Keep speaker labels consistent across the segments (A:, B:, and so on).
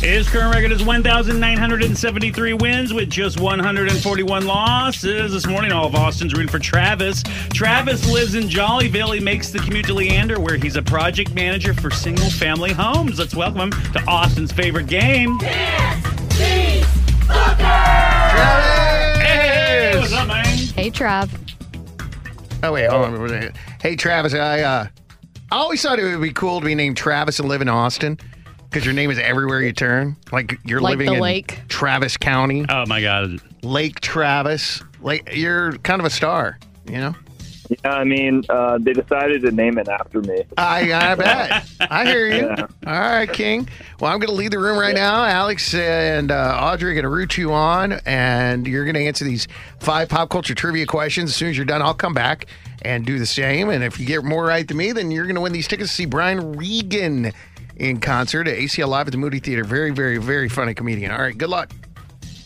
A: His current record is 1,973 wins with just 141 losses. This morning, all of Austin's rooting for Travis. Travis lives in Jollyville. He makes the commute to Leander, where he's a project manager for single family homes. Let's welcome him to Austin's favorite game. Hey, what's up, man?
B: Hey, Trav.
C: Oh wait, hold on. Wait a minute. Hey Travis, I uh, I always thought it would be cool to be named Travis and live in Austin because your name is everywhere you turn. Like you're
B: Like
C: living
B: the
C: in
B: lake.
C: Travis County,
A: Oh, my God.
C: Lake Travis. Like you're kind of a star, you know.
D: Yeah, I mean, uh, they decided to name it after me.
C: I, I bet. I hear you. All right, King. Well, I'm going to leave the room right now. Alex and uh, Audrey are going to root you on, and you're going to answer these five pop culture trivia questions. As soon as you're done, I'll come back and do the same. And if you get more right than me, then you're going to win these tickets to see Brian Regan in concert at ACL Live at the Moody Theater. Very, very, very funny comedian. All right, good luck.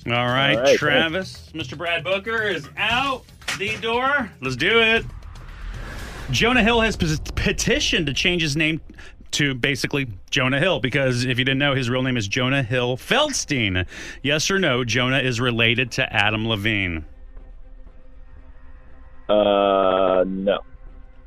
A: All right,
D: All right,
A: Travis. Mr. Brad Booker is out the door. Let's do it. Jonah Hill has pe- petitioned to change his name to basically Jonah Hill because if you didn't know, his real name is Jonah Hill Feldstein. Yes or no, Jonah is related to Adam Levine.
D: Uh, no.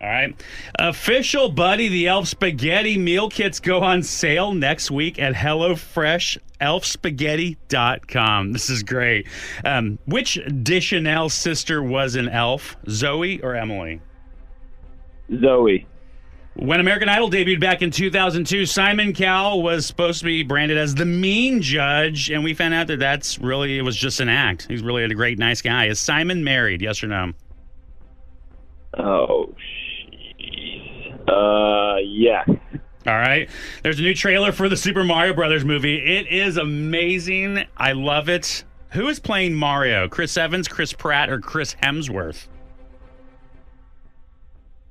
A: All right. Official Buddy the Elf Spaghetti meal kits go on sale next week at HelloFresh. ElfSpaghetti.com. This is great. Um, which Deschanel sister was an elf, Zoe or Emily?
D: Zoe.
A: When American Idol debuted back in 2002, Simon Cowell was supposed to be branded as the mean judge, and we found out that that's really, it was just an act. He's really a great, nice guy. Is Simon married? Yes or no?
D: Oh, jeez. Uh, yeah.
A: All right. There's a new trailer for the Super Mario Brothers movie. It is amazing. I love it. Who is playing Mario? Chris Evans, Chris Pratt, or Chris Hemsworth?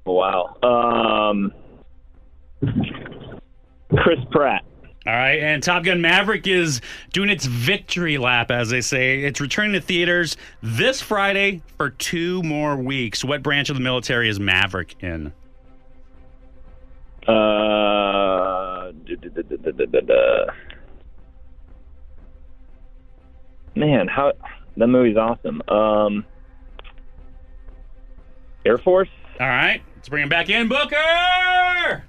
D: Wow. Um, Chris Pratt.
A: All right. And Top Gun Maverick is doing its victory lap, as they say. It's returning to theaters this Friday for two more weeks. What branch of the military is Maverick in?
D: Uh, duh, duh, duh, duh, duh, duh, duh, duh. man, how that movie's awesome. Um, Air Force.
A: All right. Let's bring him back in, Booker.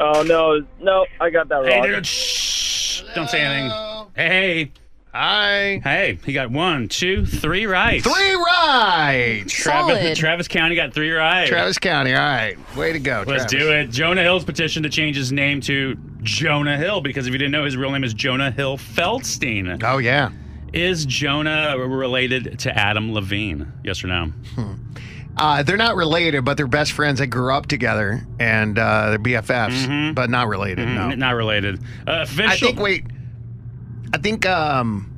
D: Oh no, no, I got that
A: Hey,
D: wrong.
A: dude. Shh. Don't say anything.
C: Hello.
A: Hey.
C: Hi.
A: Hey. He got one, two, three right.
C: Three rides.
A: Travis,
B: Solid.
A: Travis County got three right.
C: Travis County. All right. Way to go,
A: Let's
C: Travis.
A: do it. Jonah Hill's petition to change his name to Jonah Hill because if you didn't know, his real name is Jonah Hill Feldstein.
C: Oh, yeah.
A: Is Jonah related to Adam Levine? Yes or no?
C: Uh, they're not related, but they're best friends. They grew up together and uh, they're BFFs, but not related.
A: Mm-hmm. N-
C: No,
A: Not related. Uh, official.
C: I think. Wait, I think um,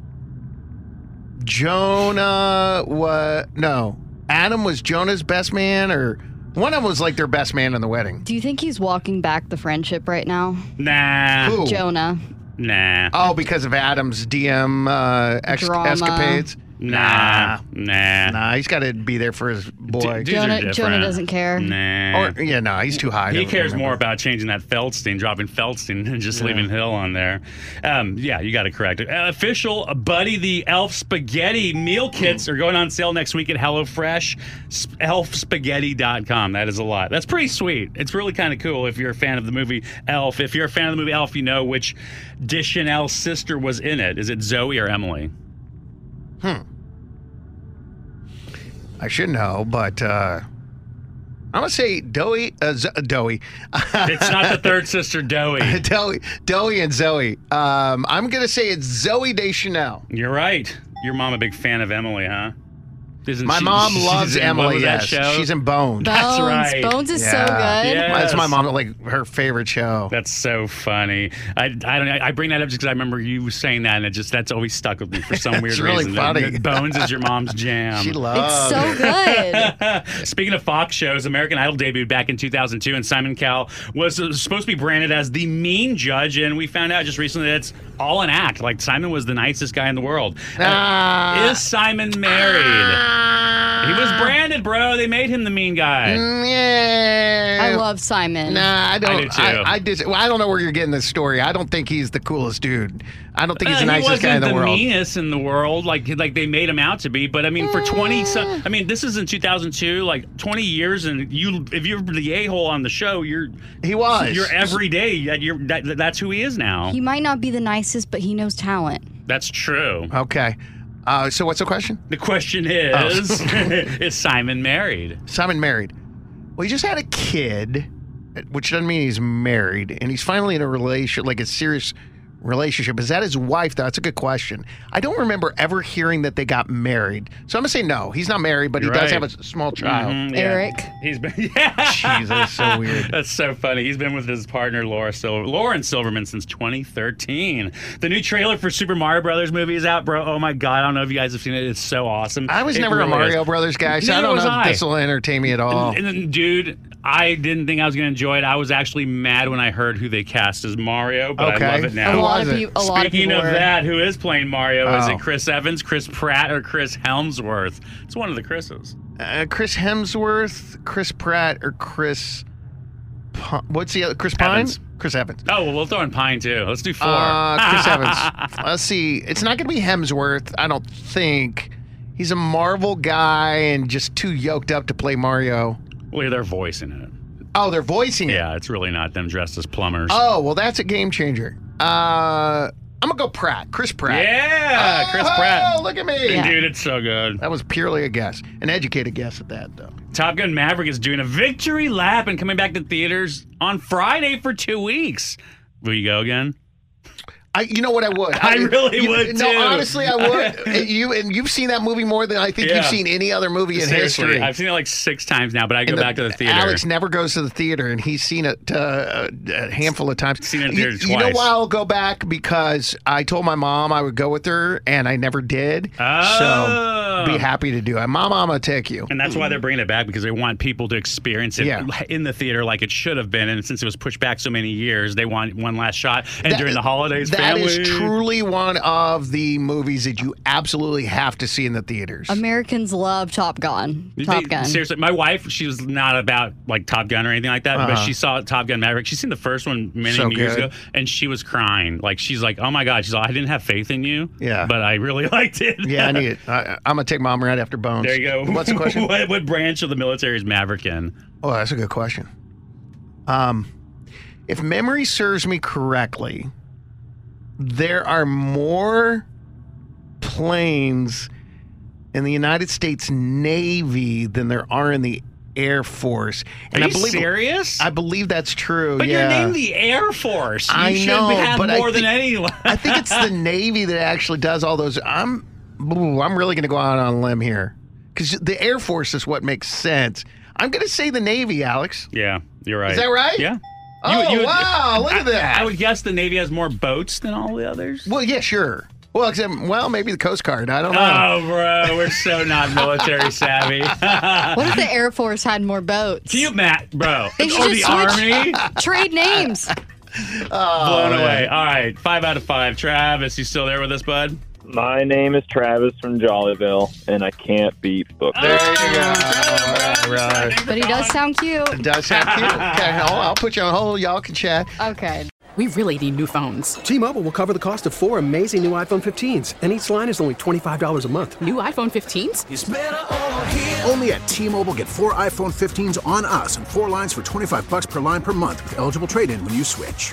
C: Jonah was no. Adam was Jonah's best man, or one of them was like their best man in the wedding.
B: Do you think he's walking back the friendship right now?
A: Nah.
C: Who?
B: Jonah.
A: Nah.
C: Oh, because of Adam's DM uh, ex-
B: Drama.
C: escapades.
A: Nah. Nah.
C: Nah, he's got to be there for his boy.
A: D- dudes are
B: Jonah, Jonah
A: different.
B: doesn't care.
A: Nah.
C: or yeah, no, he's too high.
A: He
C: to
A: cares
C: remember.
A: more about changing that Feldstein, dropping Feldstein, and just leaving Hill on there. Um, yeah, you got to correct it. Uh, official Buddy the Elf Spaghetti meal kits are going on sale next week at HelloFresh. S- ElfSpaghetti.com. That is a lot. That's pretty sweet. It's really kind of cool if you're a fan of the movie Elf. If you're a fan of the movie Elf, you know which Deschanel sister was in it. Is it Zoe or Emily?
C: I should know, but uh, I'm gonna say Doey, uh, Z- Doey,
A: It's not the third sister, Doe.
C: Doey, Doey, and Zoe. Um, I'm gonna say it's Zoe Deschanel.
A: You're right. Your mom a big fan of Emily, huh? Isn't
C: My
A: she-
C: mom
A: she's
C: loves
A: in- what
C: Emily.
A: was
C: Yes,
A: that show?
C: she's in Bones.
A: That's
B: Bones.
A: right.
B: Bones is so
C: Yeah.
B: good.
A: Yeah.
C: That's my mom like her favorite show.
A: That's so funny. I, I don't know. I bring that up just because I remember you saying that, and it just that's always stuck with me for some weird
C: It's really
A: reason. That-
C: funny.
A: that Bones is your mom's jam.
C: She
B: It's
C: loves. it.
B: so good.
A: Speaking of Fox shows, American Idol debuted back in 2002, and Simon Cowell was uh, supposed to be branded as the mean judge, and we found out just recently that it's all an act. Like Simon was the nicest guy in the world.
C: Ah.
A: Is Simon married? He was branded, bro. They made him the mean guy.
C: Mm, Yeah.
B: I love Simon.
C: Nah, I don't.
A: do too.
C: I, I dis- well, I don't know where you're getting this story. I don't think he's the coolest dude. I don't think he's
A: Uh,
C: the
A: he
C: nicest
A: wasn't
C: guy in the, world.
A: meanest in the world, like like they made him out to be. But I mean, for
C: Mm.
A: twenty, some, I mean, this is in two thousand two, like twenty years, and you if you're the a hole on the show, you're
C: He was.
A: you're every day. That you're that, that's who he is now.
B: He might not be the nicest, but he knows talent.
A: that's true.
C: okay. Uh, so what's the question?
A: The question is,
C: Oh.
A: is Simon married?
C: Simon married. Well, he just had a kid, which doesn't mean he's married, and he's finally in a relationship, like a serious relationship. Is that his wife? though? That's a good question. I don't remember ever hearing that they got married. So I'm gonna say no. He's not married, but
A: You're
C: he does
A: right.
C: have a s- small child.
A: Mhm, yeah.
B: Eric.
A: He's been yeah.
C: Oh, Jesus, so weird.
A: That's so funny. He's been with his partner Laura Silver, Lauren Silverman since 2013. The new trailer for Super Mario Brothers movie is out, bro. Oh my god, I don't know if you guys have seen it. It's so awesome.
C: I was
A: It
C: never
A: really
C: a Mario
A: is.
C: Brothers guy, so I
A: Neither
C: don't
A: was
C: know
A: I.
C: if this will entertain me at all.
A: And then, dude, I didn't think I was going to enjoy it. I was actually mad when I heard who they cast as Mario, but
C: Okay.
A: I love it
C: Who
B: A
A: now.
B: lot of
C: was it?
B: people. A lot of
A: Speaking
B: people.
A: of
B: were.
A: that, who is playing Mario? Is
C: Oh.
A: it Chris Evans, Chris Pratt, or Chris Helmsworth? It's one of the Chris's.
C: Uh, Chris Hemsworth, Chris Pratt, or Chris? P- What's the other? Chris Pine?
A: Evans.
C: Chris Evans.
A: Oh, well, we'll throw in Pine too. Let's do four.
C: Uh, Chris Evans. Let's see. It's not going to be Hemsworth, I don't think. He's a Marvel guy and just too yoked up to play Mario.
A: well, yeah, they're voicing it.
C: Oh, they're voicing it.
A: Yeah, it's really not them dressed as plumbers.
C: Oh, well, that's a game changer. Uh, I'm going to go Pratt. Chris Pratt.
A: yeah, Chris
C: Oh,
A: Pratt.
C: look at me.
B: Yeah.
A: Dude, it's so good.
C: That was purely a guess, an educated guess at that, though.
A: Top Gun Maverick is doing a victory lap and coming back to theaters on Friday for two weeks. Will you go again?
C: I, you know what I would.
A: I really
C: you-
A: would,
C: No,
A: too.
C: honestly, I would. And you and you've seen that movie more than I think
A: Yeah.
C: you've seen any other movie in
A: Seriously,
C: history.
A: I've seen it like six times now, but I go
C: And the-
A: back to the theater.
C: Alex never goes to the theater, and he's seen it uh, a handful of times.
A: Seen it in
C: you,
A: theaters
C: you know
A: twice.
C: why I'll go back because I told my mom I would go with her, and I never did.
A: Oh.
C: So be happy to do it. Mom, I'm gonna take you.
A: and that's why they're bringing it back because they want people to experience it
C: Yeah.
A: in the theater like it should have been. And since it was pushed back so many years, they want one last shot. And
C: That-
A: during the holidays,
C: That
A: family.
C: is truly one of the movies that you absolutely have to see in the theaters.
B: Americans love Top Gun.
A: They-
B: Top Gun.
A: Seriously, my wife, she was not about like Top Gun or anything like that, but
C: Uh-huh.
A: she saw Top Gun Maverick. She's seen the first one many,
C: So
A: many years
C: good.
A: ago, and she was crying. Like she's like, "Oh my god!" She's like, "I didn't have faith in you,
C: Yeah.
A: but I really liked it."
C: Yeah, I need it. I, I'm gonna take mom right after Bones.
A: There you go.
C: What's the question?
A: what, what branch of the military is Maverick in?
C: Oh, that's a good question. Um, if memory serves me correctly, there are more planes in the United States Navy than there are in the Air Force.
A: Are
C: I
A: you
C: believe
A: serious?
C: I believe that's true.
A: but
C: yeah.
A: you're named the Air Force. You
C: I
A: should
C: know,
A: have
C: but I
A: more than
C: think-
A: anyone.
C: I think it's the Navy that actually does all those. I'm, ooh, I'm really going to go out on a limb here because the Air Force is what makes sense. I'm going to say the Navy, Alex.
A: yeah, you're right.
C: Is that right?
A: Yeah.
C: Oh
A: You- you-
C: wow! Look at that.
A: I would guess the Navy has more boats than all the others.
C: Well, yeah, sure. Well, except, well, maybe the Coast Guard. I don't know.
A: Oh, bro, we're so not military savvy.
B: What if the Air Force had more boats?
A: Do you, Matt, bro?
B: They should
A: or the
B: just switch- Oh,
A: army?
B: Trade names.
A: Blown away. All right, five out of five. Travis, you still there with us, bud?
D: My name is Travis from Jollyville, and I can't beat Booker.
C: All right.
B: But he does sound cute.
C: Does sound cute. Okay, I'll, I'll put you on hold. Y'all can chat.
B: Okay.
E: We really need new phones.
F: T-Mobile will cover the cost of four amazing new iPhone 15s, and each line is only $25 a month.
E: New iPhone 15s?
G: Only at T-Mobile, get four iPhone 15s on us and four lines for 25 bucks per line per month with eligible trade-in when you switch.